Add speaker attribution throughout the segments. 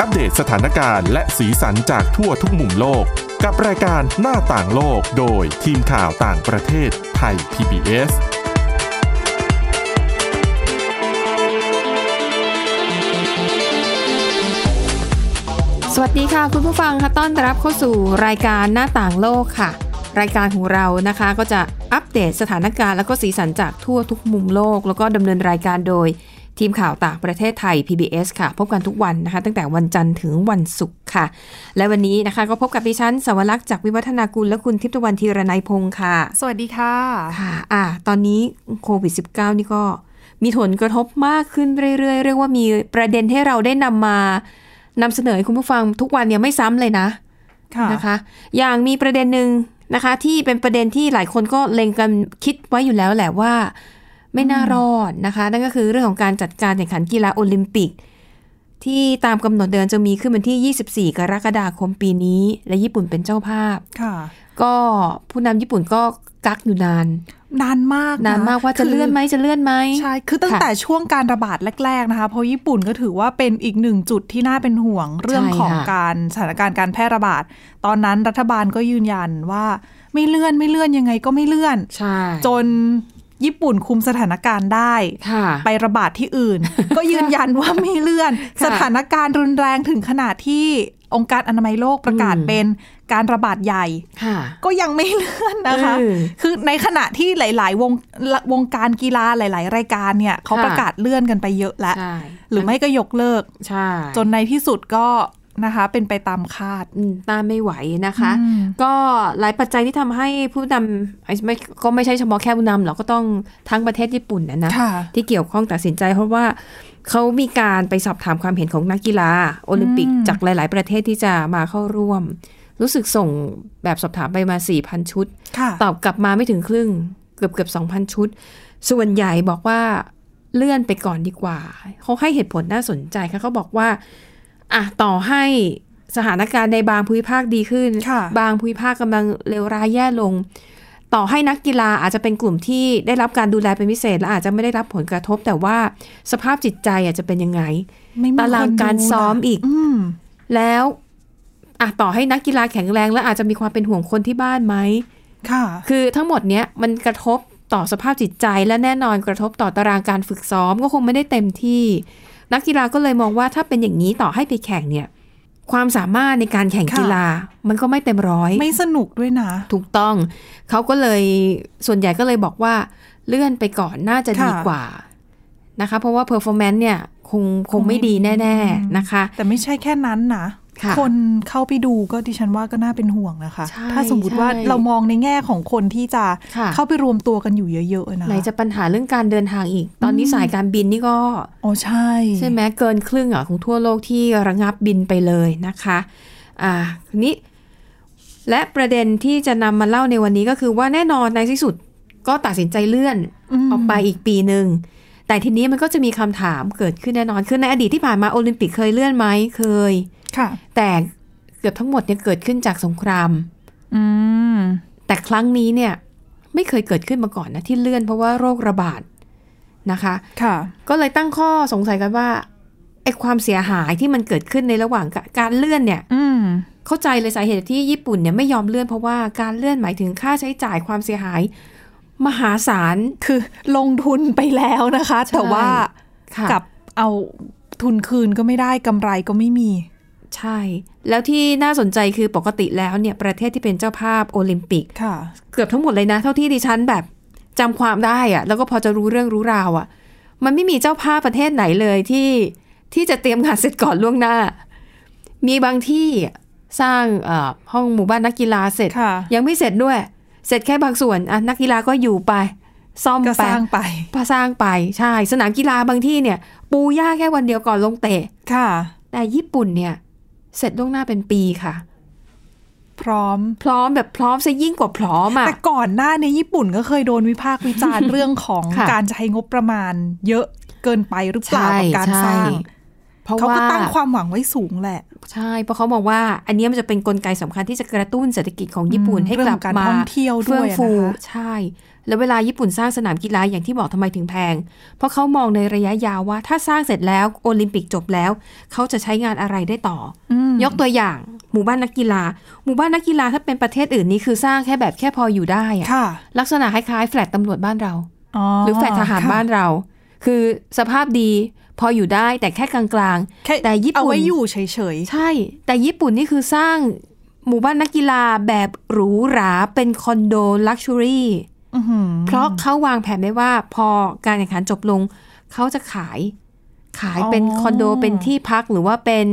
Speaker 1: อัปเดตสถานการณ์และสีสันจากทั่วทุกมุมโลก กับรายการหน้าต่างโลกโดยทีมข่าวต่างประเทศไทย PBS
Speaker 2: สวัสดีค่ะ คุณผู้ฟังค่ะต้อนรับเข้าสู่รายการหน้าต่างโลกค่ะ รายการของเรานะคะก็จะอัปเดตสถานการณ์แล้วก็สีสันจากทั่วทุกมุมโลก แล้วก็ดำเนินรายการโดยทีมข่าวต่างประเทศไทย PBS ค่ะ พบกันทุกวันนะคะ ตั้งแต่วันจันทร์ถึงวันศุกร์ค่ะ และวันนี้นะคะก็พบกับดิฉันสวรักษ์จากวิวัฒนากุลและคุณทิพย์ตะวันธีรนัยพงค์ค่ะ
Speaker 3: สวัสดีค่ะ
Speaker 2: ค่ะอ่ะ ตอนนี้โควิด -19 นี่ก็มีผลกระทบมากขึ้นเรื่อยๆ เรียกว่ามีประเด็นให้เราได้นำมานำเสนอให้คุณผู้ฟังทุกวันเนี่ยไม่ซ้ำเลยนะ
Speaker 3: ค่ะ
Speaker 2: นะคะ อย่างมีประเด็นหนึ่งนะคะ ที่เป็นประเด็นที่หลายคนก็เล็งกันคิดไว้อยู่แล้วแหละว่า ไม่น่ารอดนะคะ นั่นก็คือเรื่องของการจัดการแข่งขันกีฬาโอลิมปิก ที่ตามกำหนดเดินจะมีขึ้นวันที่ 24 กรกฎาคมปีนี้ และญี่ปุ่นเป็นเจ้าภาพ
Speaker 3: ค่ะ
Speaker 2: ก็ผู้นำญี่ปุ่นก็กักอยู่นาน
Speaker 3: นานมากะ
Speaker 2: นานมากว่าจะ
Speaker 3: คือ
Speaker 2: เลื่อนไหมจะเลื่อนไหม
Speaker 3: ใช่ คือตั้ง
Speaker 2: ค่ะ
Speaker 3: แต่ช่วงการระบาดแรก ๆ นะคะ เพราะญี่ปุ่นก็ถือว่าเป็นอีกหนึ่งจุดที่น่าเป็นห่วงเรื่องของ
Speaker 2: ค่ะ
Speaker 3: การสถานการณ์การแพร่ระบาด ตอนนั้นรัฐบาลก็ยืนยันว่าไม่เลื่อนไม่เลื่อนยังไงก็ไม่เลื่อน
Speaker 2: ใช่
Speaker 3: จนญี่ปุ่นคุมสถานการณ์ได้
Speaker 2: ค่ะ
Speaker 3: ไประบาดที่ อื่น ก็ยืนยันว่าไม่เลื่อน
Speaker 2: ค่ะ
Speaker 3: สถานการณ์รุนแรงถึงขนาดที่องค์การอนามัยโลกประกาศ
Speaker 2: อืม
Speaker 3: เป็นการระบาดใหญ่
Speaker 2: ค่ะ
Speaker 3: ก็ยังไม่เลื่อนนะคะ
Speaker 2: เออ
Speaker 3: คือในขณะที่หลาย ๆ วงละวงการกีฬาหลาย ๆ รายการเนี่ยเขา
Speaker 2: ค่ะ
Speaker 3: ประกาศเลื่อนกันไปเยอะแล้ว
Speaker 2: ใช่
Speaker 3: หรือไม่ก็ยกเลิก
Speaker 2: ใช่
Speaker 3: จนในที่สุดก็นะคะ เป็นไปตามคาด
Speaker 2: อืมต้านไม่ไหวนะคะ
Speaker 3: อืม
Speaker 2: ก็หลายปัจจัยที่ทำให้ผู้นำไอ้ไม่ก็ไม่ใช่เฉพาะแค่ผู้นำหรอกก็ต้องทั้งประเทศญี่ปุ่นนะนะ
Speaker 3: ค่ะ
Speaker 2: ที่เกี่ยวข้องตัดสินใจเพราะว่าเขามีการไปสอบถามความเห็นของนักกีฬา โอลิมปิก
Speaker 3: อืม
Speaker 2: จากหลาย ๆ ประเทศที่จะมาเข้าร่วม รู้สึกส่งแบบสอบถามไปมา 4,000 ชุด
Speaker 3: ค่ะ
Speaker 2: ตอบกลับมาไม่ถึงครึ่งเกือบเกือบสองพันชุด ส่วนใหญ่บอกว่าเลื่อนไปก่อนดีกว่า เขาให้เหตุผลน่าสนใจค่ะเขาบอกว่าอ่ะต่อให้สถานการณ์ในบางภูมิภาคดีขึ้น
Speaker 3: ค่ะ
Speaker 2: บางภูมิภาคกำลังเลวร้ายแย่ลง ต่อให้นักกีฬาอาจจะเป็นกลุ่มที่ได้รับการดูแลเป็นพิเศษ และอาจจะไม่ได้รับผลกระทบ แต่ว่าสภาพจิตใจอาจจะเป็นยังไง
Speaker 3: ไม่มี
Speaker 2: ตาราง
Speaker 3: คนดู
Speaker 2: การซ้อม
Speaker 3: นะ
Speaker 2: อีก
Speaker 3: ม
Speaker 2: แล้วอ่ะต่อให้นักกีฬาแข็งแรง และอาจจะมีความเป็นห่วงคนที่บ้านไหม
Speaker 3: ค่ะ
Speaker 2: คือทั้งหมดเนี้ยมันกระทบต่อสภาพจิตใจและแน่นอนกระทบต่อตารางการฝึกซ้อมก็คงไม่ได้เต็มที่ นักกีฬาก็เลยมองว่าถ้าเป็นอย่างนี้ต่อให้ไปแข่งเนี่ยความสามารถในการแข่ง
Speaker 3: ค่ะ
Speaker 2: กีฬา มันก็ไม่เต็มร้อย
Speaker 3: ไม่สนุกด้วยนะ
Speaker 2: ถูกต้อง เขาก็เลยส่วนใหญ่ก็เลยบอกว่าเลื่อนไปก่อนน่าจะดี
Speaker 3: ค่ะ
Speaker 2: กว่านะคะ เพราะว่าเพอร์ฟอร์แมนซ์เนี่ยคงคงไม่ดีแน่ ๆนะคะ
Speaker 3: แต่ไม่ใช่แค่นั้นนะ
Speaker 2: ค่ะ
Speaker 3: นเข้าไปดูก็ดิฉันว่าก็น่าเป็นห่วงนะคะ
Speaker 2: ใช่
Speaker 3: ถ้าสมมติว่า
Speaker 2: ใช่
Speaker 3: เรามองในแง่ของคนที่จะ
Speaker 2: ค่ะ
Speaker 3: เข้าไปรวมตัวกันอยู่เยอะๆนะ
Speaker 2: ไหนจะปัญหาเรื่องการเดินทางอีก ตอนนี้สายการบินนี่ก็
Speaker 3: อ๋อใช่
Speaker 2: ใช่ไหมเกินครึ่งอ่ะของทั่วโลกที่ระงับบินไปเลยนะคะ อ่าทีนี้ และประเด็นที่จะนำมาเล่าในวันนี้ก็คือว่าแน่นอนในที่สุดก็ตัดสินใจเลื่อน
Speaker 3: ม
Speaker 2: ออกไปอีกปีหนึ่ง แต่ทีนี้มันก็จะมีคำถามเกิดขึ้นแน่นอน คือในอดีตที่ผ่านมาโอลิมปิกเคยเลื่อนไหมเคย
Speaker 3: ค่ะ
Speaker 2: แต่เกือบทั้งหมดเนี่ยเกิดขึ้นจากสงคราม
Speaker 3: อืม
Speaker 2: แต่ครั้งนี้เนี่ยไม่เคยเกิดขึ้นมาก่อนนะที่เลื่อนเพราะว่าโรคระบาดนะคะ
Speaker 3: ค่ะ
Speaker 2: ก็เลยตั้งข้อสงสัยกันว่าไอ้ความเสียหายที่มันเกิดขึ้นในระหว่างกะการเลื่อนเนี่ย
Speaker 3: อืม
Speaker 2: เข้าใจเลยสาเหตุที่ญี่ปุ่นเนี่ยไม่ยอมเลื่อนเพราะว่าการเลื่อนหมายถึงค่าใช้จ่ายความเสียหาย มหาศาล
Speaker 3: คือลงทุนไปแล้วนะคะ
Speaker 2: ใช่
Speaker 3: แต่ว่า
Speaker 2: ค่ะ
Speaker 3: กลับเอาทุนคืนก็ไม่ได้กำไรก็ไม่มี
Speaker 2: ใช่ แล้วที่น่าสนใจคือปกติแล้วเนี่ยประเทศที่เป็นเจ้าภาพโอลิมปิก
Speaker 3: ค่ะ
Speaker 2: เกือบทั้งหมดเลยนะ เท่าที่ดิฉันแบบจำความได้อะแล้วก็พอจะรู้เรื่องรู้ราวอะมันไม่มีเจ้าภาพประเทศไหนเลยที่ที่จะเตรียมงานเสร็จก่อนล่วงหน้า มีบางที่สร้างเอ่อห้องหมู่บ้านนักกีฬาเสร็จ
Speaker 3: ค่ะ
Speaker 2: ยังไม่เสร็จด้วย เสร็จแค่บางส่วนอ่ะนักกีฬาก็อยู่ไป ซ่อม
Speaker 3: ก็
Speaker 2: ไป
Speaker 3: สร้างไป
Speaker 2: พสร้างไปใช่ สนามกีฬาบางที่เนี่ย ปูหญ้าแค่วันเดียวก่อนลงเตะ
Speaker 3: ค่ะ
Speaker 2: แต่ญี่ปุ่นเนี่ย เสร็จล่วงหน้าเป็นปีค่ะ
Speaker 3: พร้อม
Speaker 2: พร้อมแบบพร้อมซะยิ่งกว่าพร้อมอ่ะ
Speaker 3: แต่ก่อนหน้าในญี่ปุ่นก็เคยโดนวิพากษ์วิจารณ์ เรื่องของ
Speaker 2: ค่ะ
Speaker 3: การใช้งบประมาณ เยอะเกินไปหรือเปล่า
Speaker 2: ใช่
Speaker 3: กับการ
Speaker 2: ใช่
Speaker 3: สร้าง
Speaker 2: เพราะ
Speaker 3: เขา
Speaker 2: ว่า
Speaker 3: ก็ตั้งความหวังไว้สูงแหละ
Speaker 2: ใช่เพราะเขาบอกว่า อันเนี้ยมันจะเป็นกลไกสำคัญที่จะกระตุ้นเศรษฐกิจของญี่ปุ่น
Speaker 3: อืม
Speaker 2: ให้กลับ
Speaker 3: เรื่องของการ
Speaker 2: มา
Speaker 3: ท่องเที่ยวด้วย
Speaker 2: เฟื่องฟู
Speaker 3: นะคะ
Speaker 2: ใช่ แล้วเวลาญี่ปุ่นสร้างสนามกีฬาอย่างที่บอกทำไมถึงแพง เพราะเขามองในระยะยาวว่า ถ้าสร้างเสร็จแล้วโอลิมปิกจบแล้ว เขาจะใช้งานอะไรได้ต่อ
Speaker 3: อื
Speaker 2: อ
Speaker 3: มอย
Speaker 2: กตัวอย่างหมู่บ้านนักกีฬา หมู่บ้านนักกีฬาถ้าเป็นประเทศอื่นนี่คือสร้างแค่แบบแค่พออยู่ได้อะ
Speaker 3: ค่ะ
Speaker 2: ลักษณะคล้ายๆแฟลตตำรวจบ้านเรา หรือแฟลตทหาร
Speaker 3: ค่ะ
Speaker 2: บ้านเรา คือสภาพดีพออยู่ได้แต่แค่กลาง
Speaker 3: แค่
Speaker 2: ๆ แต่ญี่
Speaker 3: เอา
Speaker 2: ปุ่น
Speaker 3: ไว้อยู่เฉย
Speaker 2: ใช่ แต่ญี่ปุ่นนี่คือสร้างหมู่บ้านนักกีฬาแบบหรูหราเป็นคอนโดลักชัวรี่
Speaker 3: ๆ อื้อหือ
Speaker 2: เพราะเขาวางแผนไว้ว่าพอการแข่งขันจบลง เขาจะขายขายเป็นคอนโดเป็นที่พักหรือว่าเป็น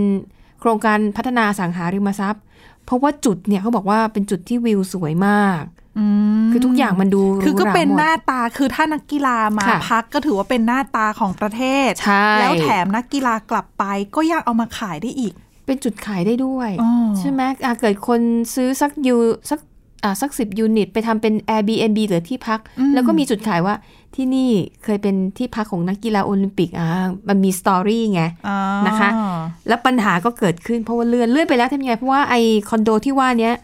Speaker 2: โครงการพัฒนาอสังหาริมทรัพย์ เพราะว่าจุดเนี่ยเขาบอกว่าเป็นจุดที่วิวสวยมาก
Speaker 3: อืม
Speaker 2: คือทุกอย่างมันดูหรูหราหมด
Speaker 3: คือก็เป็นหน้าตาคือถ้านักกีฬามา
Speaker 2: ค่ะ
Speaker 3: พักก็ถือว่าเป็นหน้าตาของประเทศ
Speaker 2: ใช่
Speaker 3: แล้วแถมนักกีฬากลับไปก็ยังเอามาขายได้อีก
Speaker 2: เป็นจุดขายได้ด้วย
Speaker 3: อ๋อ
Speaker 2: ใช่ไหมอ่ะเกิดคนซื้อสักยูสักอ่ะสักสิบยูนิต ไปทำเป็น Airbnb หรือที่พัก
Speaker 3: อืม
Speaker 2: แล้วก็มีจุดขายว่าที่นี่เคยเป็นที่พักของนักกีฬาโอลิมปิกอ่ะมันมีสตอรี่ไง
Speaker 3: อ่า
Speaker 2: นะคะ แล้วปัญหาก็เกิดขึ้นเพราะว่าเลื่อนเลื่อนไปแล้วทำยังไง เพราะว่าไอคอนโดที่ว่าเนี้ย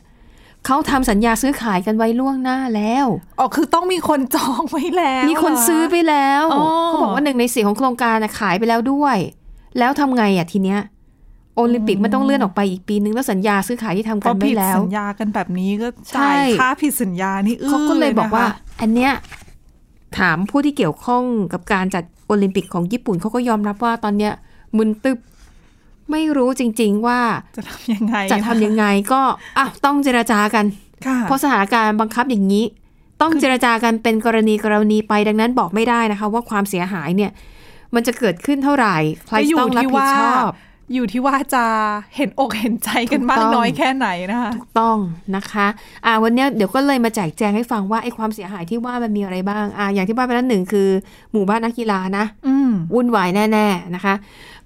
Speaker 2: เขาทำสัญญาซื้อขายกันไว้ล่วงหน้าแล้ว
Speaker 3: อ๋อคือต้องมีคนจองไว้แล้ว
Speaker 2: มีคนซื้อไปแล้ว
Speaker 3: อ๋อ
Speaker 2: เขาบอกว่าหนึ่งในสี่ของโครงการน่ะขายไปแล้วด้วย แล้วทำไงอ่ะทีเนี้ยโอลิมปิกมันต้องเลื่อนออกไปอีกปีนึงแล้วสัญญาซื้อขายที่ทำ
Speaker 3: พ
Speaker 2: กั
Speaker 3: อน
Speaker 2: ไว้
Speaker 3: ผิด
Speaker 2: แล้ว
Speaker 3: สัญญากันแบบนี้ก็
Speaker 2: ใช่
Speaker 3: จ่ายค่าผิดสัญญานี่อื้อ
Speaker 2: เขาก็เลยบอกว่า
Speaker 3: นะคะ
Speaker 2: อันเนี้ยถามผู้ที่เกี่ยวข้องกับการจัดโอลิมปิกของญี่ปุ่นเขาก็ยอมรับว่าตอนเนี้ยมึนตึบไม่รู้จริง ๆ ว่า
Speaker 3: จะทำยังไง
Speaker 2: จะทำยังไงก็อ่ะต้องเจรจากัน
Speaker 3: ค่ะ
Speaker 2: เพราะสถานการณ์บังคับอย่างนี้ ต้องเจรจากันเป็นกรณีกรณีไปดังนั้นบอกไม่ได้นะคะ ว่าความเสียหายเนี่ย มันจะเกิดขึ้นเท่าไหร่ ใคร
Speaker 3: ก็อ
Speaker 2: จะ
Speaker 3: ยู่
Speaker 2: ต้องรับ
Speaker 3: ที่
Speaker 2: ผิด
Speaker 3: ว่า
Speaker 2: ชอบ
Speaker 3: อยู่ที่ว่าจะเห็นอกเห็นใจกันมา
Speaker 2: ถูก
Speaker 3: ก
Speaker 2: ต้อง
Speaker 3: น้อยแค่ไหนนะคะ
Speaker 2: ต้องนะคะอ่าวันเนี้ยเดี๋ยวก็เลยมาแจกแจงให้ฟังว่าไอ้ความเสียหายที่ว่ามันมีอะไรบ้างอ่าอย่างที่ว่าไปแล้วหนึ่งคือ หมู่บ้านนักกีฬานะ
Speaker 3: อืม
Speaker 2: วุ่นวายแน่ ๆ นะคะ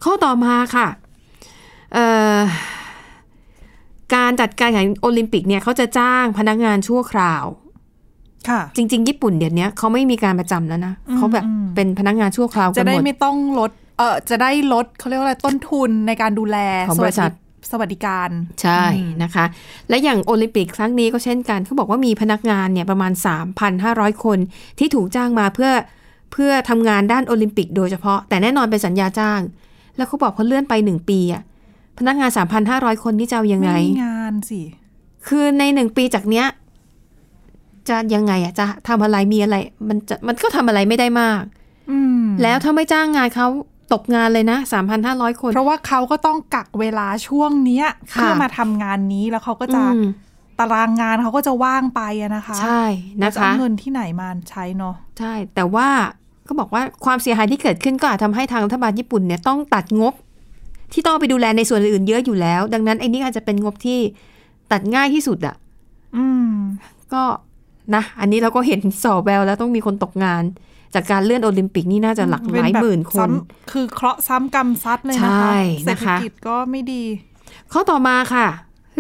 Speaker 2: ข้อต่อมาค่ะเอ่อการจัดการแข่งโอลิมปิกเนี่ยเขาจะจ้างพนักงานชั่วคราว
Speaker 3: ค่ะ
Speaker 2: จริง ๆ ญี่ปุ่นเดี๋ยวนี้เขาไม่มีการประจำแล้วนะ
Speaker 3: อืม
Speaker 2: เขาแบบ
Speaker 3: อืม
Speaker 2: เป็นพนักงานชั่วคราวกั
Speaker 3: จะ
Speaker 2: นห
Speaker 3: ได้
Speaker 2: มด
Speaker 3: ไม่ต้องลด เออจะได้ลดเขาเรียกว่าอะไรต้นทุนในการดูแล
Speaker 2: ของบริษัท
Speaker 3: สวัสดิการ
Speaker 2: ใช่นะคะ และอย่างโอลิมปิกครั้งนี้ก็เช่นกันเขาบอกว่ามีพนักงานเนี่ยประมาณ 3,500 คนที่ถูกจ้างมาเพื่อเพื่อทำงานด้านโอลิมปิกโดยเฉพาะ แต่แน่นอนเป็นสัญญาจ้าง แล้วเขาบอกเขาเลื่อนไป 1 ปีอะพนักงาน 3,500 คนที่จะเอายังไง
Speaker 3: ไม่มีงานสิ
Speaker 2: คือในหนึ่งปีจากเนี้ยจะยังไงอะจะทำอะไรมีอะไร มันจะมันก็ทำอะไรไม่ได้มาก
Speaker 3: อืม
Speaker 2: แล้วถ้าไม่จ้างงานเขาตกงานเลยนะ 3,500 คน
Speaker 3: เพราะว่าเขาก็ต้องกักเวลาช่วงเนี้ย
Speaker 2: ค่ะ
Speaker 3: เพื่อมาทำงานนี้แล้วเขาก็จะ
Speaker 2: อืม
Speaker 3: ตารางงานเขาก็จะว่างไปอะนะคะ
Speaker 2: ใช่
Speaker 3: แล้
Speaker 2: นะ
Speaker 3: วจเอา
Speaker 2: คะ
Speaker 3: เงินที่ไหนมาใช้เนาะ
Speaker 2: ใช่ แต่ว่าก็บอกว่าความเสียหายที่เกิดขึ้นก็อาจทำให้ทางรัฐบาลญี่ปุ่นเนี่ยต้องตัดงบ ที่ต้องเอาไปดูแลในส่วนอื่นเยอะอยู่แล้ว ดังนั้นไอ้นี่อาจจะเป็นงบที่ตัดง่ายที่สุดอะ
Speaker 3: อืม
Speaker 2: ก็นะอันนี้เราก็เห็นสอแววแล้วต้องมีคนตกงาน จากการเลื่อนโอลิมปิกนี่น่าจะหลักหลายหมื่นค
Speaker 3: เป็น แบบซ้ำคือเคราะห์ซ้ำกรรมซัดเลยนะคะ
Speaker 2: ใช่
Speaker 3: เศร
Speaker 2: นะ
Speaker 3: ษฐ
Speaker 2: คะ
Speaker 3: กิจก็ไม่ดี
Speaker 2: ข้อต่อมาค่ะ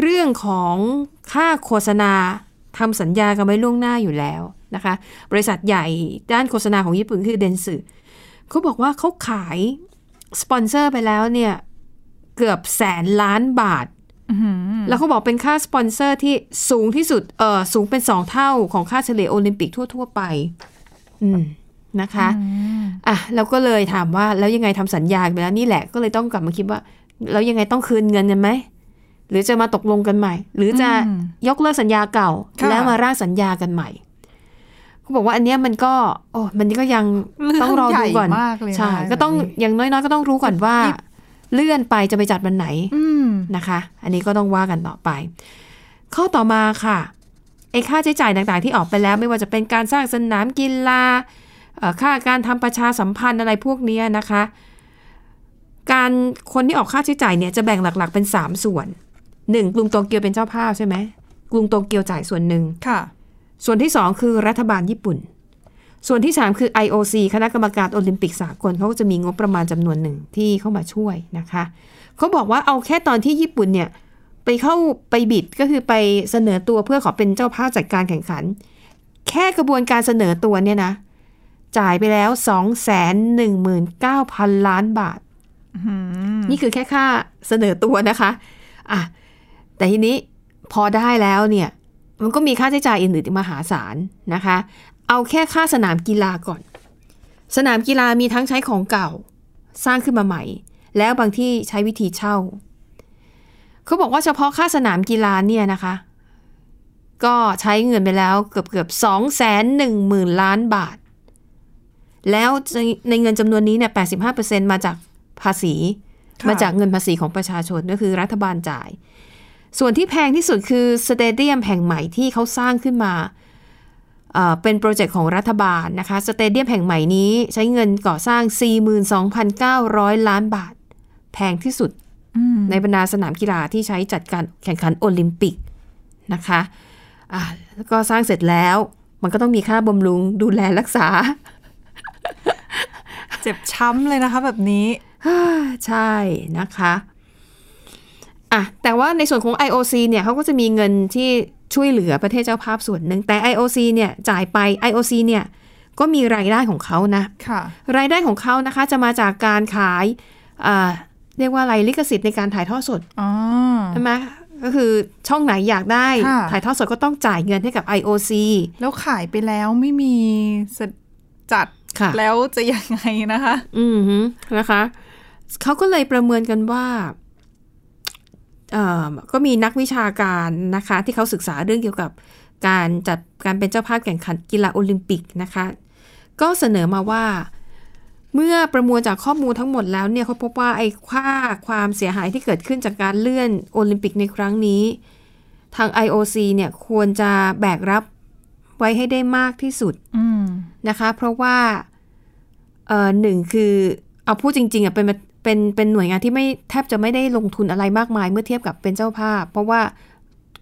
Speaker 2: เรื่องของค่าโฆษณาทำสัญญากันไว้ล่วงหน้าอยู่แล้วนะคะ บริษัทใหญ่ด้านโฆษณาของญี่ปุ่นคือเดนสึเขาบอกว่าเขาขายสปอนเซอร์ไปแล้วเนี่ยเกือบแสนล้านบาท
Speaker 3: อื้อหือ
Speaker 2: แล้วเขาบอกเป็นค่าสปอนเซอร์ที่สูงที่สุดเออสูงเป็น 2 เท่าของค่าเฉลี่ยโอลิมปิกทั่ว ๆ ไป อืมนะคะ
Speaker 3: อืม
Speaker 2: อ่ะเราก็เลยถามว่าแล้วยังไงทำสัญญาไปแล้วนี่แหละก็เลยต้องกลับมาคิดว่า แล้วยังไงต้องคืนเงินกันไหม หรือจะมาตกลงกันใหม่ หรือจะ
Speaker 3: อืม
Speaker 2: ยกเลิกสัญญาเก่า
Speaker 3: ค่ะ
Speaker 2: แล้วมาร่างสัญญากันใหม่เขาบอกว่าอันเนี้ยมันก็โอ้มันก็ยังต้องรอดูก่อน
Speaker 3: เงใหญ่มากเลยนะ
Speaker 2: ใช่ก็ต้อง
Speaker 3: แบบนี้
Speaker 2: อย่างน้อยๆ ก็ต้องรู้ก่อนว่า
Speaker 3: ยิบ
Speaker 2: เลื่อนไปจะไปจัดวันไหน
Speaker 3: อืม
Speaker 2: นะคะ อันนี้ก็ต้องว่ากันต่อไป ข้อต่อมาค่ะ ไอ้ค่าใช้จ่ายต่างๆที่ออกไปแล้ว ไม่ว่าจะเป็นการสร้างสนามกีฬาเอ่อค่าการทำประชาสัมพันธ์อะไรพวกเนี้ยนะคะ การคนที่ออกค่าใช้จ่ายเนี่ยจะแบ่งหลักๆเป็น 3 ส่วน 1. กรุงโตเกียวเป็นเจ้าภาพใช่ไหมกรุงโตเกียวจ่ายส่วนหนึ่ง
Speaker 3: ค่ะ
Speaker 2: ส่วนที่ 2 คือรัฐบาลญี่ปุ่น ส่วนที่ 3 คือ IOC คณะกรรมการโอลิมปิกสากลเขาก็จะมีงบประมาณจำนวนหนึ่งที่เข้ามาช่วยนะคะ เขาบอกว่าเอาแค่ตอนที่ญี่ปุ่นเนี่ย ไปเข้าไปบิดก็คือไปเสนอตัวเพื่อขอเป็นเจ้าภาพจัดการแข่งขัน แค่กระบวนการเสนอตัวเนี่ยนะ จ่ายไปแล้ว 2 1 9 0 0 0 ล้านบาท
Speaker 3: อืม
Speaker 2: นี่คือแค่ค่าเสนอตัวนะคะอ่ะแต่ทีนี้พอได้แล้วเนี่ย มันก็มีค่าใช้จ่ายอื่นๆอีกมหาศาลนะคะ เอาแค่ค่าสนามกีฬาก่อน สนามกีฬามีทั้งใช้ของเก่า สร้างขึ้นมาใหม่ แล้วบางที่ใช้วิธีเช่า เขาบอกว่าเฉพาะค่าสนามกีฬาเนี่ยนะคะ ก็ใช้เงินไปแล้วเกือบเกือบสองแสนหนึ่งหมื่นล้านบาท แล้วในเงินจำนวนนี้เนี่ยแปดสิบห้าเปอร์เซ็นมาจากภาษี
Speaker 3: ค่ะ
Speaker 2: มาจากเงินภาษีของประชาชนก็คือรัฐบาลจ่าย ส่วนที่แพงที่สุดคือสเตเดียมแห่งใหม่ที่เขาสร้างขึ้นมาเอ่อเป็นโปรเจกต์ของรัฐบาลนะคะ สเตเดียมแห่งใหม่นี้ใช้เงินก่อสร้าง 42,900 ล้านบาท แพงที่สุด
Speaker 3: อืม
Speaker 2: ในบรรดาสนามกีฬาที่ใช้จัดการแข่งขันโอลิมปิกนะคะอ่ะแล้วก็สร้างเสร็จแล้ว มันก็ต้องมีค่าบำรุงดูแลรักษา
Speaker 3: เจ็บช้ำเลยนะคะ แบบนี้
Speaker 2: ใช่นะคะอ่ะแต่ว่าในส่วนของ IOC เนี่ยเขาก็จะมีเงินที่ช่วยเหลือประเทศเจ้าภาพส่วนหนึ่ง แต่ IOC เนี่ยจ่ายไป IOC เนี่ยก็มีรายได้ของเขานะ
Speaker 3: ค่ะ
Speaker 2: รายได้ของเขานะคะจะมาจากการขายอ่าเรียกว่าอะไรลิขสิทธิ์ในการถ่ายทอดสด
Speaker 3: อ๋อ
Speaker 2: ใช่ไหมก็คือช่องไหนอยากได้
Speaker 3: ค่ะ
Speaker 2: ถ่ายทอดสดก็ต้องจ่ายเงินให้กับ IOC
Speaker 3: แล้วขายไปแล้วไม่มีสจัด
Speaker 2: ค่ะ
Speaker 3: แล้วจะยังไงนะคะ
Speaker 2: อืมฮึนะคะ เขาก็เลยประเมินกันว่าเอ่อก็มีนักวิชาการนะคะ ที่เขาศึกษาเรื่องเกี่ยวกับการจัดการเป็นเจ้าภาพแข่งขันกีฬาโอลิมปิกนะคะ ก็เสนอมาว่า เมื่อประมวลจากข้อมูลทั้งหมดแล้วเนี่ยเขาพบว่าไอ้ค่าความเสียหายที่เกิดขึ้นจากการเลื่อนโอลิมปิกในครั้งนี้ ทาง IOC เนี่ยควรจะแบกรับไว้ให้ได้มากที่สุด
Speaker 3: อืม
Speaker 2: นะคะเพราะว่าเอ่อหนึ่งคือเอาพูดจริงๆอ่ะเป็นเป็นเป็นหน่วยงานที่ไม่แทบจะไม่ได้ลงทุนอะไรมากมาย เมื่อเทียบกับเป็นเจ้าภาพ เพราะว่า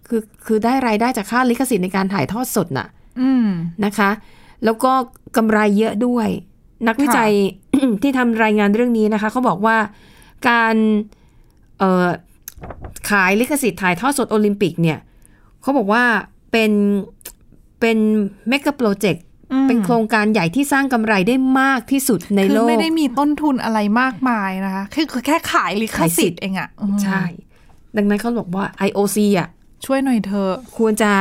Speaker 2: คือคือได้รายได้จากค่าลิขสิทธิ์ในการถ่ายทอดสดน่ะ
Speaker 3: อืม
Speaker 2: นะคะ แล้วก็กำไรเยอะด้วย นักวิจัย ที่ทำรายงานเรื่องนี้นะคะเขาบอกว่าการเอ่อขายลิขสิทธิ์ถ่ายทอดสดโอลิมปิกเนี่ยเขาบอกว่าเป็นเป็นเมกะโปรเจกต เป็นโครงการใหญ่ที่สร้างกำไรได้มากที่สุดใน
Speaker 3: คือ
Speaker 2: โลก
Speaker 3: ไม่ได้มีต้นทุนอะไรมากมายนะคะ คือคือแค่ขายลิข
Speaker 2: ขายสิ
Speaker 3: สิ
Speaker 2: ท
Speaker 3: ท
Speaker 2: ธิ์
Speaker 3: ธิ์เองอะอืม
Speaker 2: ใช่ ดังนั้นเขาบอกว่า IOC อ่ะ
Speaker 3: ช่วยหน่อยเถอะ
Speaker 2: ควรจะ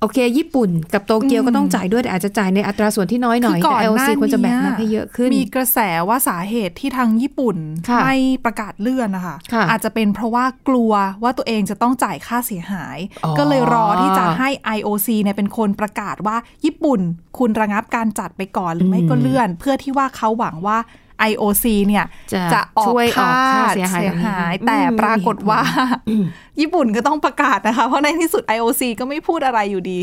Speaker 2: โอเค ญี่ปุ่นกับโตเกียว
Speaker 3: อืม
Speaker 2: ก็ต้องจ่ายด้วย แต่อาจจะจ่ายในอัตราส่วนที่น้อยหน่
Speaker 3: คื
Speaker 2: อย
Speaker 3: ก่
Speaker 2: แต่
Speaker 3: อ
Speaker 2: IOC
Speaker 3: นหน้า
Speaker 2: ควรจะแบ่ง
Speaker 3: นี้
Speaker 2: รับให้เยอะขึ้น
Speaker 3: มีกระแสว่าสาเหตุที่ทางญี่ปุ่น
Speaker 2: ค่ะ
Speaker 3: ไม่ประกาศเลื่อนนะคะ
Speaker 2: ค่ะ
Speaker 3: อาจจะเป็นเพราะว่ากลัวว่าตัวเองจะต้องจ่ายค่าเสียหาย
Speaker 2: อ๋อ
Speaker 3: ก็เลยรอที่จะให้ IOC เนี่ยเป็นคนประกาศว่าญี่ปุ่นคุณระงับการจัดไปก่อนหรือไม่ก็เลื่อน เพื่อที่ว่าเขาหวังว่า IOC เนี่ยจะออก
Speaker 2: ช่วยอ
Speaker 3: ค่า
Speaker 2: อกค่าเสียหาย
Speaker 3: เสีย
Speaker 2: แบบนี้
Speaker 3: หาย แต่
Speaker 2: อืม
Speaker 3: ปรากฏว่า
Speaker 2: อืม
Speaker 3: ญี่ปุ่นก็ต้องประกาศนะคะ เพราะในที่สุด IOC ก็ไม่พูดอะไรอยู่ดี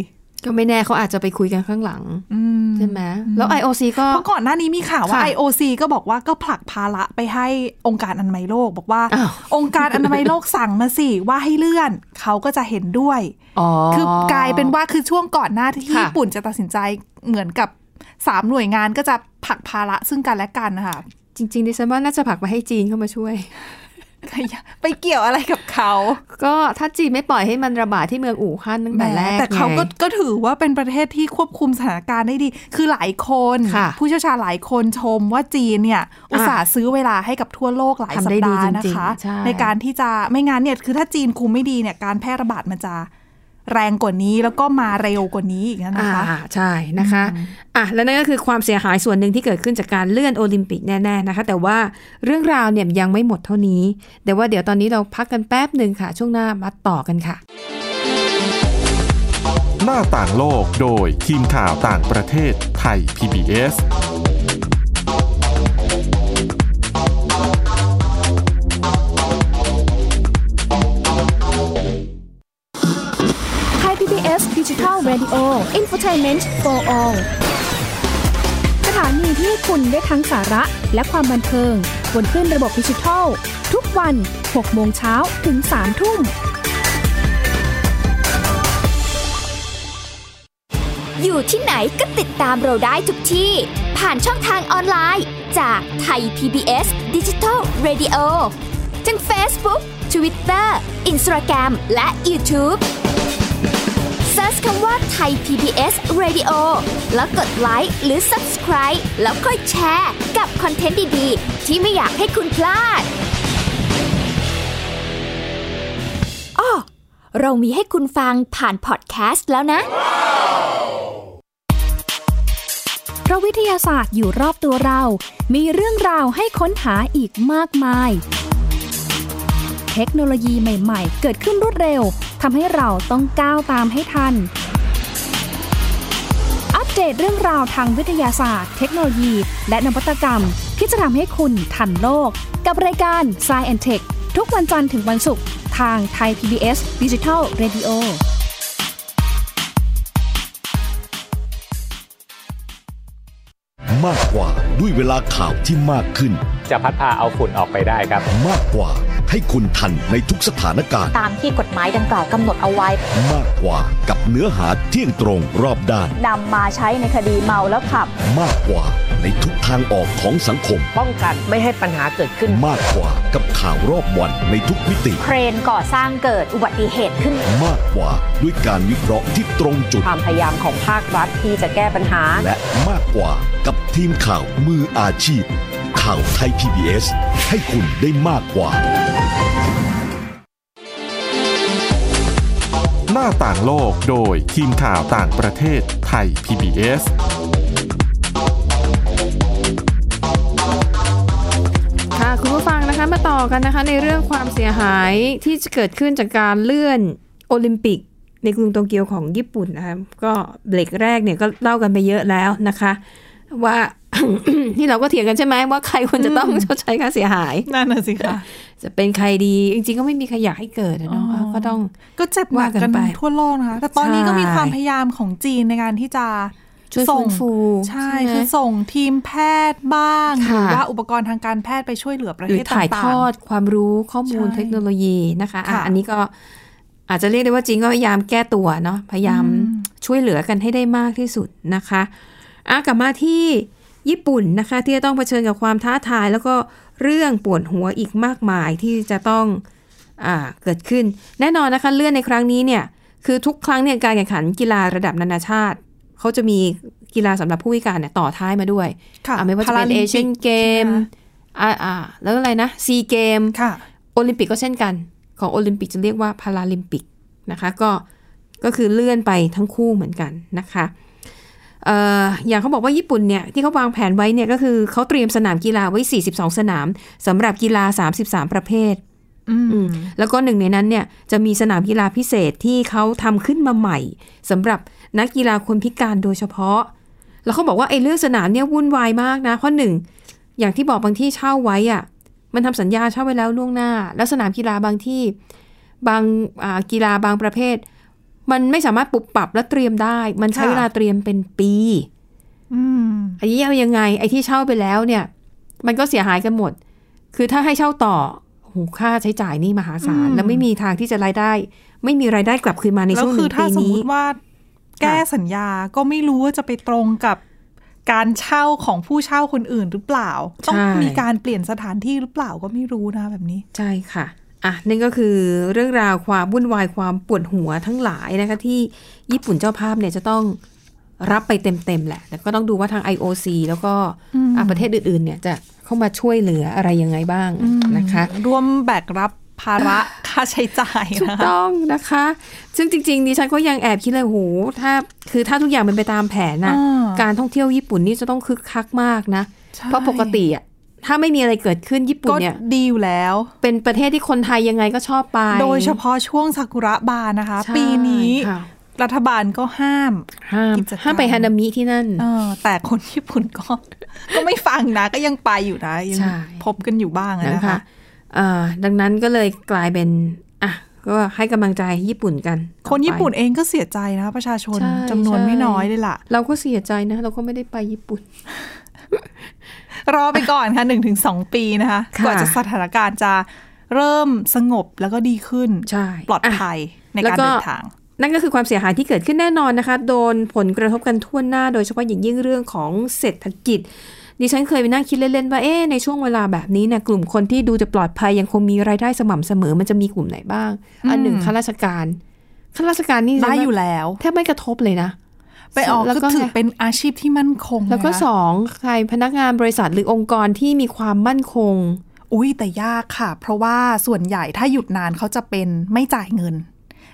Speaker 2: ก็ไม่แน่เขาอาจจะไปคุยกันข้างหลัง
Speaker 3: อืม
Speaker 2: ใช่ไหมแล้ว IOC ก็
Speaker 3: เพราะก่อนหน้านี้มีข่าวว่า
Speaker 2: ค่ะ
Speaker 3: IOC ก็บอกว่าก็ผลักภาระไปให้องค์การอนามัยโลก บอกว่า
Speaker 2: อ้าว
Speaker 3: องค์การอนามัยโลกสั่งมาสิ ว่าให้เลื่อน เขาก็จะเห็นด้วย
Speaker 2: อ๋อ
Speaker 3: คือกลายเป็นว่าคือช่วงก่อนหน้าที่
Speaker 2: ค่ะ
Speaker 3: ญี่ปุ่นจะตัดสินใจเหมือนกับสามหน่วยงานก็จะผลักภาระซึ่งกันและกันนะคะ
Speaker 2: จริงๆดิฉันว่าน่าจะผลักไปให้จีนเข้ามาช่วย
Speaker 3: ไปเกี่ยวอะไรกับเขา
Speaker 2: ก็ถ้าจีนไม่ปล่อยให้มันระบาดที่เมืองอู่ฮั่นตั้งแต่แรก
Speaker 3: แต่เขาก็
Speaker 2: ไง
Speaker 3: ก็ถือว่าเป็นประเทศที่ควบคุมสถานการณ์ได้ดี คือหลายคน
Speaker 2: ค่ะ
Speaker 3: ผู้เชี่ยวชาญหลายคนชมว่าจีนเนี่ย อุตส่าห์ซื้อเวลาให้กับทั่วโลกหลายสั
Speaker 2: ทำ
Speaker 3: ป
Speaker 2: ได้ดี
Speaker 3: ดาห์นะ
Speaker 2: จริงๆ
Speaker 3: คะ
Speaker 2: ใช่
Speaker 3: ในการที่จะไม่งั้นเนี่ยคือถ้าจีนคุมไม่ดีเนี่ยการแพร่ระบาดมันจะแรงกว่านี้แล้วก็มาเร็วกว่านี้อีกนะคะ
Speaker 2: อ่าใช่นะคะอ่ะและนั่นก็คือความเสียหายส่วนหนึ่งที่เกิดขึ้นจากการเลื่อนโอลิมปิกแน่ๆนะคะ แต่ว่าเรื่องราวเนี่ยยังไม่หมดเท่านี้ แต่ว่าเดี๋ยวตอนนี้เราพักกันแป๊บหนึ่งค่ะ ช่วงหน้ามาต่อกันค่ะ
Speaker 1: หน้าต่างโลกโดยทีมข่าวต่างประเทศไทย PBS
Speaker 4: ไทย PBS Digital Radio Infotainment for All สถานีที่คุณได้ทั้งสาระและความบันเทิง บนขึ้นระบบดิจิทัล ทุกวัน 6 โมงเช้าถึง 3 ทุ่ม
Speaker 5: อยู่ที่ไหนก็ติดตามเราได้ทุกที่ ผ่านช่องทางออนไลน์ จากไทย PBS Digital Radio ทั้ง Facebook Twitter Instagram และ YouTube ร์ชคำว่าไทย PBS Radio แล้วกดไลค์หรือ Subscribe แล้วค่อยแชร์ กับคอนเทนต์ดีๆ ที่ไม่อยากให้คุณพลาดอ้อเรามีให้คุณฟังผ่านพอดแคสต์แล้วนะ
Speaker 4: เพราะวิทยาศาสตร์อยู่รอบตัวเรา มีเรื่องราวให้ค้นหาอีกมากมาย เทคโนโลยีใหม่ๆ เกิดขึ้นรวดเร็ว ทำให้เราต้องก้าวตามให้ทัน อัปเดตเรื่องราวทางวิทยาศาสตร์ เทคโนโลยี และนวัตกรรม ที่จะทำให้คุณทันโลก กับรายการ s c i e n d Tech ทุกวันจันทร์ถึงวันศุกร์ทางไทย PBS Digital Radio
Speaker 6: มากกว่าด้วยเวลาข่าวที่มากขึ้น
Speaker 7: จะพัดพาเอาฝุ่นออกไปได้ครับ
Speaker 6: มากกว่าให้คุณทันในทุกสถานการณ์
Speaker 8: ตามที่กฎหมายดังกล่าวกำหนดเอาไว้
Speaker 6: มากกว่ากับเนื้อหาเที่ยงตรงรอบด้าน
Speaker 8: นำมาใช้ในคดีเมาแล้วขับ
Speaker 6: มากกว่าในทุกทางออกของสังคม
Speaker 9: ป้องกันไม่ให้ปัญหาเกิดขึ้น
Speaker 6: มากกว่ากับข่าวรอบวันในทุกมิติ
Speaker 8: เครนก่อสร้างเกิดอุบัติเหตุขึ้น
Speaker 6: มากกว่าด้วยการวิเคราะห์ที่ตรงจุด
Speaker 9: ความพยายามของภาครัฐที่จะแก้ปัญหา
Speaker 6: และมากกว่ากับทีมข่าวมืออาชีพ ข่าวไทย PBS ให้คุณได้มากกว่า
Speaker 1: หน้าต่างโลกโดยทีมข่าวต่างประเทศไทย PBS
Speaker 2: ค่ะคุณผู้ฟังนะคะมาต่อกันนะคะในเรื่องความเสียหายที่จะเกิดขึ้นจากการเลื่อนโอลิมปิก ในกรุงโตเกียวของญี่ปุ่นนะคะก็เบรกแรกเนี่ยก็เล่ากันไปเยอะแล้วนะคะ ว่า ที่เราก็เถียงกันใช่ไหมว่าใครควรจะต้องชดใช้ค่าเสียหาย
Speaker 3: นั่นน่ะสิคะ
Speaker 2: จะเป็นใครดี จริงๆก็ไม่มีใครอยากให้เกิดอะเนาะก็ต้อง
Speaker 3: ก็เจ็บหนัก
Speaker 2: ว่ากั
Speaker 3: กันน
Speaker 2: ไป
Speaker 3: ทั่วโลกนะคะ แต่ตอนนี้
Speaker 2: ใช่
Speaker 3: ก็มีความพยายามของจีนในการที่จะ
Speaker 2: ช่วย
Speaker 3: ส่
Speaker 2: ฟื้
Speaker 3: ง
Speaker 2: นฟู
Speaker 3: ใช่
Speaker 2: ไหม
Speaker 3: คือส่งทีมแพทย์บ้างห
Speaker 2: ค่ะ
Speaker 3: รือว่าอุปกรณ์ทางการแพทย์ไปช่วยเหลือประ
Speaker 2: หรื
Speaker 3: เท
Speaker 2: อ
Speaker 3: ศ
Speaker 2: ถ่ายท
Speaker 3: ต่าง
Speaker 2: อดความรู้ข้อมูล
Speaker 3: ใช่
Speaker 2: เทคโนโลยีนะคะอ่ะ
Speaker 3: ค่ะ
Speaker 2: อันนี้ก็อาจจะเรียกได้ว่าจีนก็พยายามแก้ตัวเนาะพยายาม
Speaker 3: อืม
Speaker 2: ช่วยเหลือกันให้ได้มากที่สุดนะคะอ่ะกลับมาที่ญี่ปุ่นนะคะ ที่จะต้องเผชิญกับความท้าทาย แล้วก็เรื่องปวดหัวอีกมากมายที่จะต้องอ่าเกิดขึ้น แน่นอนนะคะเลื่อนในครั้งนี้เนี่ยคือทุกครั้งเนี่ยการแข่งขันกีฬาระดับนานาชาติ เขาจะมีกีฬาสำหรับผู้พิการเนี่ยต่อท้ายมาด้วย
Speaker 3: ๆค่ะ
Speaker 2: อ่ะไม่ว่าจะ
Speaker 3: พล
Speaker 2: เป็น
Speaker 3: ลิ
Speaker 2: เอ
Speaker 3: ปิ
Speaker 2: เชียนเกม อ่าอ่าแล้วอะไรนะซีเกม
Speaker 3: ค่ะ
Speaker 2: โอลิมปิกก็เช่นกัน ของโอลิมปิกจะเรียกว่าพาราลิมปิกนะคะก็ก็คือเลื่อนไปทั้งคู่เหมือนกันนะคะเอ่ออย่างเขาบอกว่าญี่ปุ่นเนี่ยที่เขาวางแผนไว้เนี่ยก็คือเขาเตรียมสนามกีฬาไว้ 42 สนามสำหรับกีฬา 33 ประเภท
Speaker 3: อืม
Speaker 2: อืมแล้วก็หนึ่งในนั้นเนี่ยจะมีสนามกีฬาพิเศษที่เขาทำขึ้นมาใหม่สำหรับนักกีฬาคนพิการโดยเฉพาะ แล้วเขาบอกว่าไอ้เรื่องสนามเนี่ยวุ่นวายมากนะเพราะหนึ่งอย่างที่บอกบางที่เช่าไว้อะมันทำสัญญาเช่าไว้แล้วล่วงหน้า แล้วสนามกีฬาบางที่บางอ่ากีฬาบางประเภท มันไม่สามารถปรับปรับและเตรียมได้ มันใช้
Speaker 3: ค่ะ
Speaker 2: เวลาเตรียมเป็นปี
Speaker 3: อืม
Speaker 2: อันนี้เอายังไงไอ้ที่เช่าไปแล้วเนี่ย มันก็เสียหายกันหมด คือถ้าให้เช่าต่อโอ้โหค่าใช้จ่ายนี่มหาศาล
Speaker 3: อืม
Speaker 2: แล้วไม่มีทางที่จะรายได้ ไม่มีรายได้กลับคืนมาใน
Speaker 3: แล้ว
Speaker 2: ช่วงห
Speaker 3: คื
Speaker 2: นึ่
Speaker 3: อง ถ้า
Speaker 2: ปี
Speaker 3: สม
Speaker 2: นี้
Speaker 3: มุติว่าแก้สัญญาก็ไม่รู้ว่าจะไปตรงกับการเช่าของผู้เช่าคนอื่นหรือเปล่า ต้อง
Speaker 2: ใช่
Speaker 3: มีการเปลี่ยนสถานที่หรือเปล่าก็ไม่รู้นะแบบนี้
Speaker 2: ใช่ค่ะ อ่ะนั่นก็คือเรื่องราวความวุ่นวายความปวดหัวทั้งหลายนะคะ ที่ญี่ปุ่นเจ้าภาพเนี่ยจะต้องรับไปเต็มๆแหละแต่ก็ต้องดูว่าทาง IOC แล้วก็อ่ะประเทศอื่นๆ เนี่ยจะเข้ามาช่วยเหลืออะไรยังไงบ้างนะคะ
Speaker 3: ร่วมแบกรับภาระค่าใช้จ่าย
Speaker 2: ถูก
Speaker 3: นะคะ
Speaker 2: ต้องนะคะ ซึ่งจริงๆดิฉันก็ยังแอบคิดเลยโหถ้าคือถ้าทุกอย่างมันไปตามแผนน่ะ
Speaker 3: อ่า
Speaker 2: การท่องเที่ยวญี่ปุ่นนี่จะต้องคึกคักมากนะ
Speaker 3: ใช่
Speaker 2: เพราะปกติอ่ะถ้าไม่มีอะไรเกิดขึ้นญี่ปุ่น
Speaker 3: ก็
Speaker 2: เนี่ย
Speaker 3: ดีอยู่แล้ว
Speaker 2: เป็นประเทศที่คนไทยยังไงก็ชอบไป
Speaker 3: โดยเฉพาะช่วงซากุระบานนะคะ
Speaker 2: ใช่
Speaker 3: ปีนี้
Speaker 2: ค่ะ
Speaker 3: รัฐบาลก็ห้าม
Speaker 2: ห้าม
Speaker 3: กิจกรรม
Speaker 2: ห้ามไปฮานามิที่นั่น
Speaker 3: เออแต่คนญี่ปุ่นก็ ก็ไม่ฟังนะ ก็ยังไปอยู่นะยัง
Speaker 2: ใช่
Speaker 3: พบกันอยู่บ้างอะ
Speaker 2: นะ
Speaker 3: นะคะ คะ
Speaker 2: เอ่อดังนั้นก็เลยกลายเป็นอ่ะก็ให้กำลังใจญี่ปุ่นกันต่อ
Speaker 3: คนญี่ปุ่น
Speaker 2: ไ
Speaker 3: เองก็เสียใจนะประชาชน
Speaker 2: ใช่
Speaker 3: จำนวน
Speaker 2: ใช่
Speaker 3: ไม่น้อยเลยล่ะ
Speaker 2: เราก็เสียใจนะ เราก็ไม่ได้ไปญี่ปุ่น
Speaker 3: รอไปก่อนค่ะหนึ่งถึงสองปีนะคะ
Speaker 2: ค่ะ
Speaker 3: กว่าจะสถานการณ์จะเริ่มสงบแล้วก็ดีขึ้น
Speaker 2: ใช่
Speaker 3: ปลอด
Speaker 2: ะ
Speaker 3: ภัยใน
Speaker 2: แล้ว
Speaker 3: การ
Speaker 2: ก็
Speaker 3: เดินทาง
Speaker 2: นั่นก็คือความเสียหายที่เกิดขึ้นแน่นอนนะคะ โดนผลกระทบกันทั่วหน้า โดยเฉพาะอย่างยิ่งเรื่องของเศรษฐกิจ ดิฉันเคยไปนั่งคิดเล่นๆว่า เอ๊ะในช่วงเวลาแบบนี้เนี่ยกลุ่มคนที่ดูจะปลอดภัยยังคงมีรายได้สม่ำเสมอ มันจะมีกลุ่มไหนบ้าง อันหนึ่งข้าราชการ ข้าราชการนี่
Speaker 3: ได้อยู่แล้ว
Speaker 2: แทบไม่กระทบเลยนะ
Speaker 3: ไปออก
Speaker 2: แล้ว
Speaker 3: ก็
Speaker 2: ก็
Speaker 3: ถือ
Speaker 2: ไง
Speaker 3: เป็นอาชีพที่มั่นคง
Speaker 2: แล้วก็
Speaker 3: นะ
Speaker 2: สองใครพนักงานบริษัทหรือองค์กรที่มีความมั่นคง
Speaker 3: อุ้ยแต่ยากค่ะ เพราะว่าส่วนใหญ่ถ้าหยุดนานเขาจะเป็นไม่จ่ายเงิน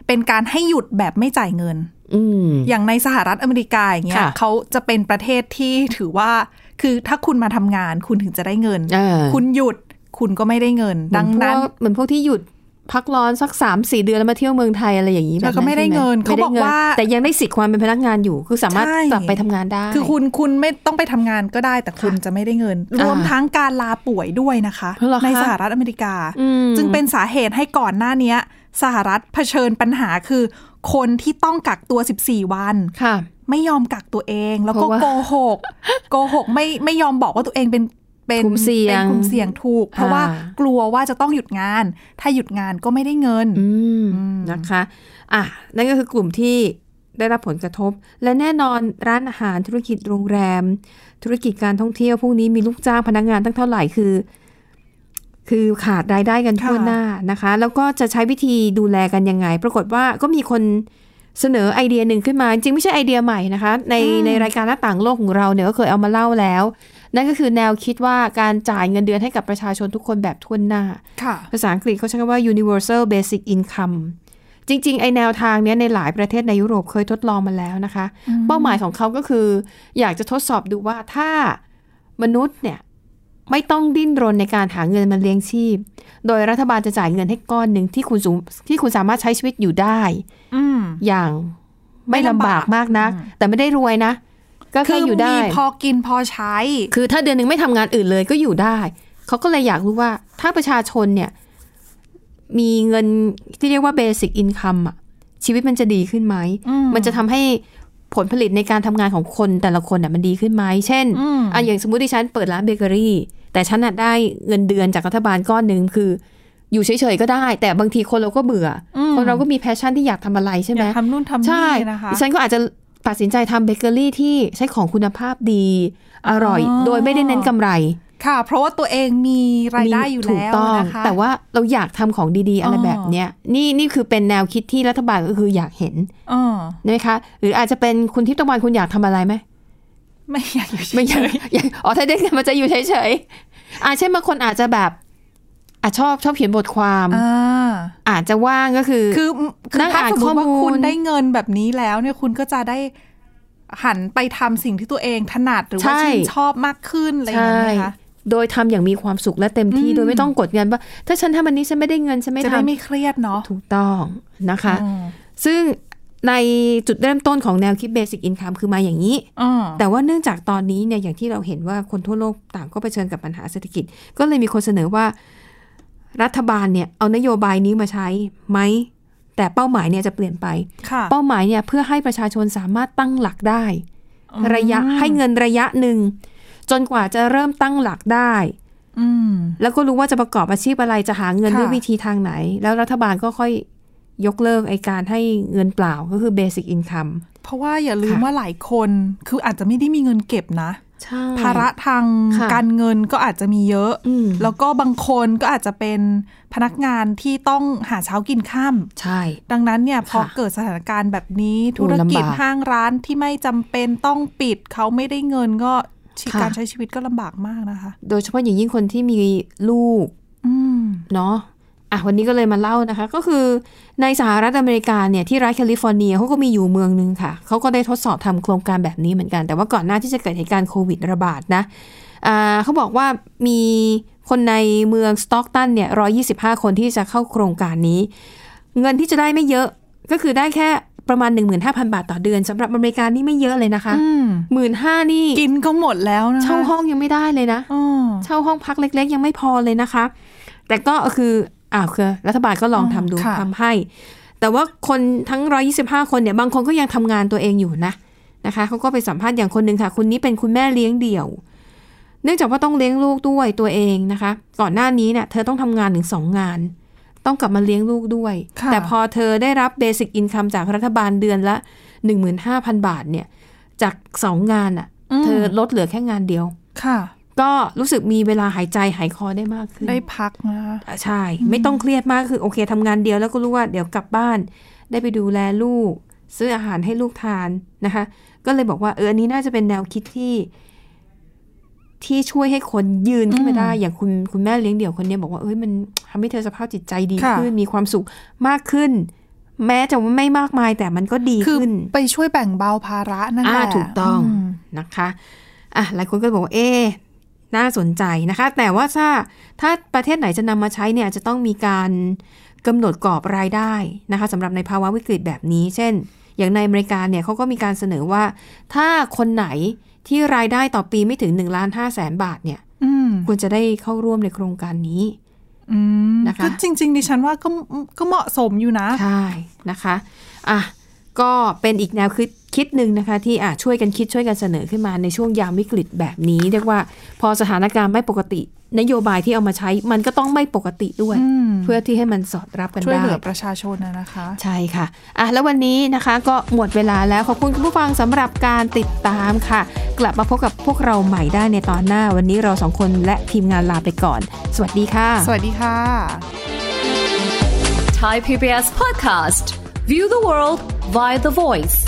Speaker 3: เป็นการให้หยุดแบบไม่จ่ายเงิน
Speaker 2: อืม
Speaker 3: อย่างในสหรัฐอเมริกาอย่างเงี้ย
Speaker 2: ค่ะ
Speaker 3: เขาจะเป็นประเทศที่ถือว่า คือถ้าคุณมาทำงานคุณถึงจะได้เงิน
Speaker 2: เออ
Speaker 3: คุณหยุดคุณก็ไม่ได้เงิน ดังนั้น
Speaker 2: เหมือนพวกเหมือนพวกที่หยุดพักร้อนสักสามสี่เดือนแล้วมาเที่ยวเมืองไทยอะไรอย่างนี้แบบ
Speaker 3: แล้วก็
Speaker 2: นั้น
Speaker 3: ไม่ได้
Speaker 2: ใช่ห
Speaker 3: เงินเขา
Speaker 2: ไม่ได้
Speaker 3: บอก
Speaker 2: งิน
Speaker 3: ว่า
Speaker 2: แต่ยังได้สิทธิ์ความเป็นพนักงานอยู่ คือสามารถ
Speaker 3: ใช่
Speaker 2: กลับไปทำงานได้
Speaker 3: คือคุณคุณไม่ต้องไปทำงานก็ได้ แต่คุณ
Speaker 2: ค่ะ
Speaker 3: จะไม่ได้เงิน
Speaker 2: อ่ารร
Speaker 3: วมทั้งการลาป่วยด้วยนะคะ
Speaker 2: เหรอคะ
Speaker 3: ในสหรัฐอเมริกา
Speaker 2: อืม
Speaker 3: จึงเป็นสาเหตุให้ก่อนหน้าเนี้ย สหรัฐเผชิญปัญหาคือ คนที่ต้องกักตัว 14 วัน
Speaker 2: ค่ะ
Speaker 3: ไม่ยอมกักตัวเองแล้ว
Speaker 2: เพ
Speaker 3: ก็
Speaker 2: ราะว่า
Speaker 3: โกหก โกหกไม่ไม่ยอมบอกว่าตัวเองเป็นเป็น
Speaker 2: กลุ่มเสี่ยง
Speaker 3: ป็นกลุ่มเสี่ยงถูก เพราะ
Speaker 2: อ่า
Speaker 3: ว่ากลัวว่าจะต้องหยุดงาน ถ้าหยุดงานก็ไม่ได้เงิน
Speaker 2: อืม
Speaker 3: อืม
Speaker 2: นะคะอ่ะนั่นก็คือกลุ่มที่ได้รับผลกระทบ และแน่นอนร้านอาหารธุรกิจโรงแรม ธุรกิจการท่องเที่ยวพวกนี้มีลูกจ้างพนักงานตั้งเท่าไหร่คือ คือขาดรายได้กันทั่วหน้านะคะ แล้วก็จะใช้วิธีดูแลกันยังไง ปรากฏว่าก็มีคนเสนอไอเดียหนึ่งขึ้นมา จริงๆไม่ใช่ไอเดียใหม่นะคะ ในในรายการหน้าต่างโลกของเราเนี่ยก็เคยเอามาเล่าแล้ว นั่นก็คือแนวคิดว่าการจ่ายเงินเดือนให้กับประชาชนทุกคนแบบทั่วหน้า
Speaker 3: ค่ะ
Speaker 2: ภาษาอังกฤษเขาใช้คำว่า universal basic income จริง ๆ ไอแนวทางเนี้ยในหลายประเทศในยุโรปเคยทดลองมาแล้วนะคะ เป้าหมายของเขาก็คือ อยากจะทดสอบดูว่าถ้ามนุษย์เนี่ย ไม่ต้องดิ้นรนในการหาเงินมาเลี้ยงชีพ โดยรัฐบาลจะจ่ายเงินให้ก้อนหนึ่งที่คุณสูงที่คุณสามารถใช้ชีวิตอยู่ได้
Speaker 3: อืม
Speaker 2: อย่างไม่ลำบากมากนัก แต่ไม่ได้รวยนะ ก็
Speaker 3: คื
Speaker 2: แค่อยู่ได้
Speaker 3: มีพอกินพอใช้
Speaker 2: คือถ้าเดือนหนึ่งไม่ทำงานอื่นเลยก็อยู่ได้ เขาก็เลยอยากรู้ว่าถ้าประชาชนเนี่ย มีเงินที่เรียกว่าเบสิ c อินคัมอะชีวิตมันจะดีขึ้นไหม มันจะทำให้ผลผลิตในการทำงานของคนแต่ละคนน่ะมันดีขึ้นไหม เช่น
Speaker 3: อืม
Speaker 2: อ่ะอย่างสมมติดิฉันเปิดร้านเบเกอรี่ แต่ฉันน่ะได้เงินเดือนจากรัฐบาลก้อนหนึ่งคือ อยู่เฉยๆก็ได้ แต่บางทีคนเราก็เบื่ออคนเราก็มีแพชชั่นที่อยากทำอะไรใช่ไหม
Speaker 3: อยากทำนู่นทำ
Speaker 2: ใช่
Speaker 3: นี่นะคะ
Speaker 2: ดิฉันก็อาจจะตัดสินใจทำเบเกอรี่ที่ใช้ของคุณภาพดี อร่อย
Speaker 3: อ๋อ
Speaker 2: โดยไม่ได้เน้นกำไร
Speaker 3: ค่ะ เพราะว่าตัวเองมีรายได้อยู่
Speaker 2: ถูก
Speaker 3: แล้ว
Speaker 2: ต้อง
Speaker 3: นะคะ
Speaker 2: แต่ว่าเราอยากทำของดีๆ อะไร
Speaker 3: อ๋อ
Speaker 2: แบบเนี้ย นี่นี่คือเป็นแนวคิดที่รัฐบาลก็คืออยากเห็น
Speaker 3: อ๋อ
Speaker 2: นะคะ หรืออาจจะเป็นคุณทิพย์ตะวันคุณอยากทำอะไรไหม
Speaker 3: ไม่อยากอยู่เฉย
Speaker 2: ไม่อยากอยาก อ๋อถ้าได้เงินมันจะอยู่เฉยๆอาเช่นบางคนอาจจะแบบอาชอบชอบเขียนบทความ
Speaker 3: อ่า
Speaker 2: อาจจะว่างก็คือ
Speaker 3: คือคือ
Speaker 2: นั่ง
Speaker 3: ถ้า
Speaker 2: อ่าน
Speaker 3: สมมติว่า
Speaker 2: ข้อมูล
Speaker 3: คุณได้เงินแบบนี้แล้วเนี่ยคุณก็จะได้หันไปทำสิ่งที่ตัวเองถนัดหรือว่า
Speaker 2: ใช่
Speaker 3: ชื่นชอบมากขึ้นอะไรอย่าง
Speaker 2: ใช่
Speaker 3: เงี้ยนะคะ
Speaker 2: โดยทำอย่างมีความสุขและเต็มที่ โดยไม่ต้องกดเงินว่า ถ้าฉันทำอันนี้ฉันไม่ได้เงินฉันไม่
Speaker 3: จะได้
Speaker 2: ทำ
Speaker 3: ไม่เครียดเนาะ
Speaker 2: ถูกต้องนะคะ
Speaker 3: อืม
Speaker 2: ซึ่งในจุดเริ่มต้นของแนวคิด Basic Income คือมาอย่างนี้
Speaker 3: อ่า
Speaker 2: แต่ว่าเนื่องจากตอนนี้เนี่ยอย่างที่เราเห็นว่าคนทั่วโลกต่างก็เผชิญกับปัญหาเศรษฐกิจ ก็เลยมีคนเสนอว่ารัฐบาลเนี่ยเอานโยบายนี้มาใช้ไหม แต่เป้าหมายเนี่ยจะเปลี่ยนไป
Speaker 3: ค่ะ
Speaker 2: เป้าหมายเนี่ยเพื่อให้ประชาชนสามารถตั้งหลักได้ ระยะให้เงินระยะหนึ่ง จนกว่าจะเริ่มตั้งหลักได้
Speaker 3: อืม
Speaker 2: แล้วก็รู้ว่าจะประกอบอาชีพอะไรจะหาเงิน
Speaker 3: ค่ะ
Speaker 2: ด้วยวิธีทางไหน แล้วรัฐบาลก็ค่อยยกเลิกไอการให้เงินเปล่าก็คือ basic income
Speaker 3: เพราะว่าอย่าลืม
Speaker 2: ค่ะ
Speaker 3: ว่าหลายคนคืออาจจะไม่ได้มีเงินเก็บนะ
Speaker 2: ใช่
Speaker 3: ภาระทาง
Speaker 2: ค่ะ
Speaker 3: การเงินก็อาจจะมีเยอะ
Speaker 2: อืม
Speaker 3: แล้วก็บางคนก็อาจจะเป็นพนักงานที่ต้องหาเช้ากินค่
Speaker 2: ใช่
Speaker 3: ำดังนั้นเนี่ยพอ
Speaker 2: ค่ะ
Speaker 3: เกิดสถานการณ์แบบนี้
Speaker 2: โอ้
Speaker 3: ธุรกิจ
Speaker 2: ลำบาก
Speaker 3: ห้างร้านที่ไม่จำเป็นต้องปิดเขาไม่ได้เงินก็ชีวิต
Speaker 2: ค่ะ
Speaker 3: การใช้ชีวิตก็ลำบากมากนะคะ
Speaker 2: โดยเฉพาะอย่างยิ่งคนที่มีลูก
Speaker 3: อืม
Speaker 2: เนาะอ่ะวันนี้ก็เลยมาเล่านะคะ ก็คือในสหรัฐอเมริกาเนี่ยที่รัฐแคลิฟอร์เนียเขาก็มีอยู่เมืองหนึงค่ะ เขาก็ได้ทดสอบทำโครงการแบบนี้เหมือนกัน แต่ว่าก่อนหน้าที่จะเกิดเหตุการณ์โควิดระบาดนะอ่าเขาบอกว่ามีคนในเมืองสต็อกตันเนี่ย125 คนที่จะเข้าโครงการนี้ เงินที่จะได้ไม่เยอะก็คือได้แค่ประมาณ 15,000 บาทต่อเดือนสำหรับอเมริกานี่ไม่เยอะเลยนะคะ
Speaker 3: อืม
Speaker 2: หมื่นห้านี่
Speaker 3: กินก็หมดแล้วนะคะ
Speaker 2: เช่าห้องยังไม่ได้เลยนะ
Speaker 3: อ๋อ
Speaker 2: เช่าห้องพักเล็ก ๆ ยังไม่พอเลยนะคะ แต่ก็คืออ่าวคือรัฐบาลก็ลองทำดูทำให้ แต่ว่าคนทั้ง 125 คนเนี่ยบางคนก็ยังทำงานตัวเองอยู่นะนะคะเขาก็ไปสัมภาษณ์อย่างคนหนึ่งค่ะ คนนี้เป็นคุณแม่เลี้ยงเดี่ยว เนื่องจากว่าต้องเลี้ยงลูกด้วยตัวเองนะคะ ก่อนหน้านี้เนี่ยเธอต้องทำงานถึงสองงาน ต้องกลับมาเลี้ยงลูกด้วย
Speaker 3: ค่ะ
Speaker 2: แต่พอเธอได้รับเบสิ c อินคัมจากรัฐบาลเดือนละ 15,000 บาทเนี่ยจากสองงานอ่ะเธอลดเหลือแค่งานเดียว
Speaker 3: ค่ะ
Speaker 2: ก็รู้สึกมีเวลาหายใจหายคอได้มากขึ้น
Speaker 3: ได้พักนะคะ
Speaker 2: อ่ะใช่ ไม่ต้องเครียดมากคือโอเคทำงานเดียวแล้วก็รู้ว่าเดี๋ยวกลับบ้าน ได้ไปดูแลลูก ซื้ออาหารให้ลูกทานนะคะ ก็เลยบอกว่าเอออันนี้น่าจะเป็นแนวคิดที่ ที่ช่วยให้คนยืนขึ้นมาได้ อย่างคุณคุณแม่เลี้ยงเดี่ยวคนเนี้ยบอกว่าเอ้ยมันทำให้เธอสภาพจิตใจดี
Speaker 3: ค่ะ
Speaker 2: ขึ้น มีความสุขมากขึ้น แม้จะไม่มากมายแต่มันก็ดี
Speaker 3: คือ
Speaker 2: ขึ้น
Speaker 3: ไปช่วยแบ่งเบาภาระนั่นแห
Speaker 2: อ่า
Speaker 3: ละ
Speaker 2: ถูกต้อง
Speaker 3: ม
Speaker 2: นะคะอ่ะหลายคนก็บอกว่าเอ๊ะน่าสนใจนะคะ แต่ว่าถ้าถ้าประเทศไหนจะนำมาใช้เนี่ยอาจจะต้องมีการกำหนดกรอบรายได้นะคะสำหรับในภาวะวิกฤตแบบนี้ เช่น อย่างในอเมริกาเนี่ยเขาก็มีการเสนอว่า ถ้าคนไหนที่รายได้ต่อปีไม่ถึง1นึ่งล้านห้าแสนบาทเนี่ย
Speaker 3: อืม
Speaker 2: ควรจะได้เข้าร่วมในโครงการนี้
Speaker 3: อืม
Speaker 2: นะคะ
Speaker 3: ก็จริง ๆ ดิฉันว่าก็ก็เหมาะสมอยู่นะ
Speaker 2: ใช่นะคะอ่ะก็เป็นอีกแนวคิดคิดหนึ่งนะคะ ที่อ่ะช่วยกันคิดช่วยกันเสนอขึ้นมาในช่วงยามวิกฤตแบบนี้ เรียกว่าพอสถานการณ์ไม่ปกติ นโยบายที่เอามาใช้ มันก็ต้องไม่ปกติด้วย
Speaker 3: อืม
Speaker 2: เพื่อที่ให้มันสอดรับกัน
Speaker 3: ช่วย
Speaker 2: ได้
Speaker 3: เหลือประชาชนนะนะคะ
Speaker 2: ใช่ค่ะอ่ะ แล้ววันนี้นะคะก็หมดเวลาแล้ว ขอบคุณคุณผู้ฟังสำหรับการติดตามค่ะ กลับมาพบกับพวกเราใหม่ได้ในตอนหน้า วันนี้เราสองคนและทีมงานลาไปก่อน สวัสดีค่ะ
Speaker 3: สวัสดีค่ะ
Speaker 10: Thai PBS podcast. View the world via the voice.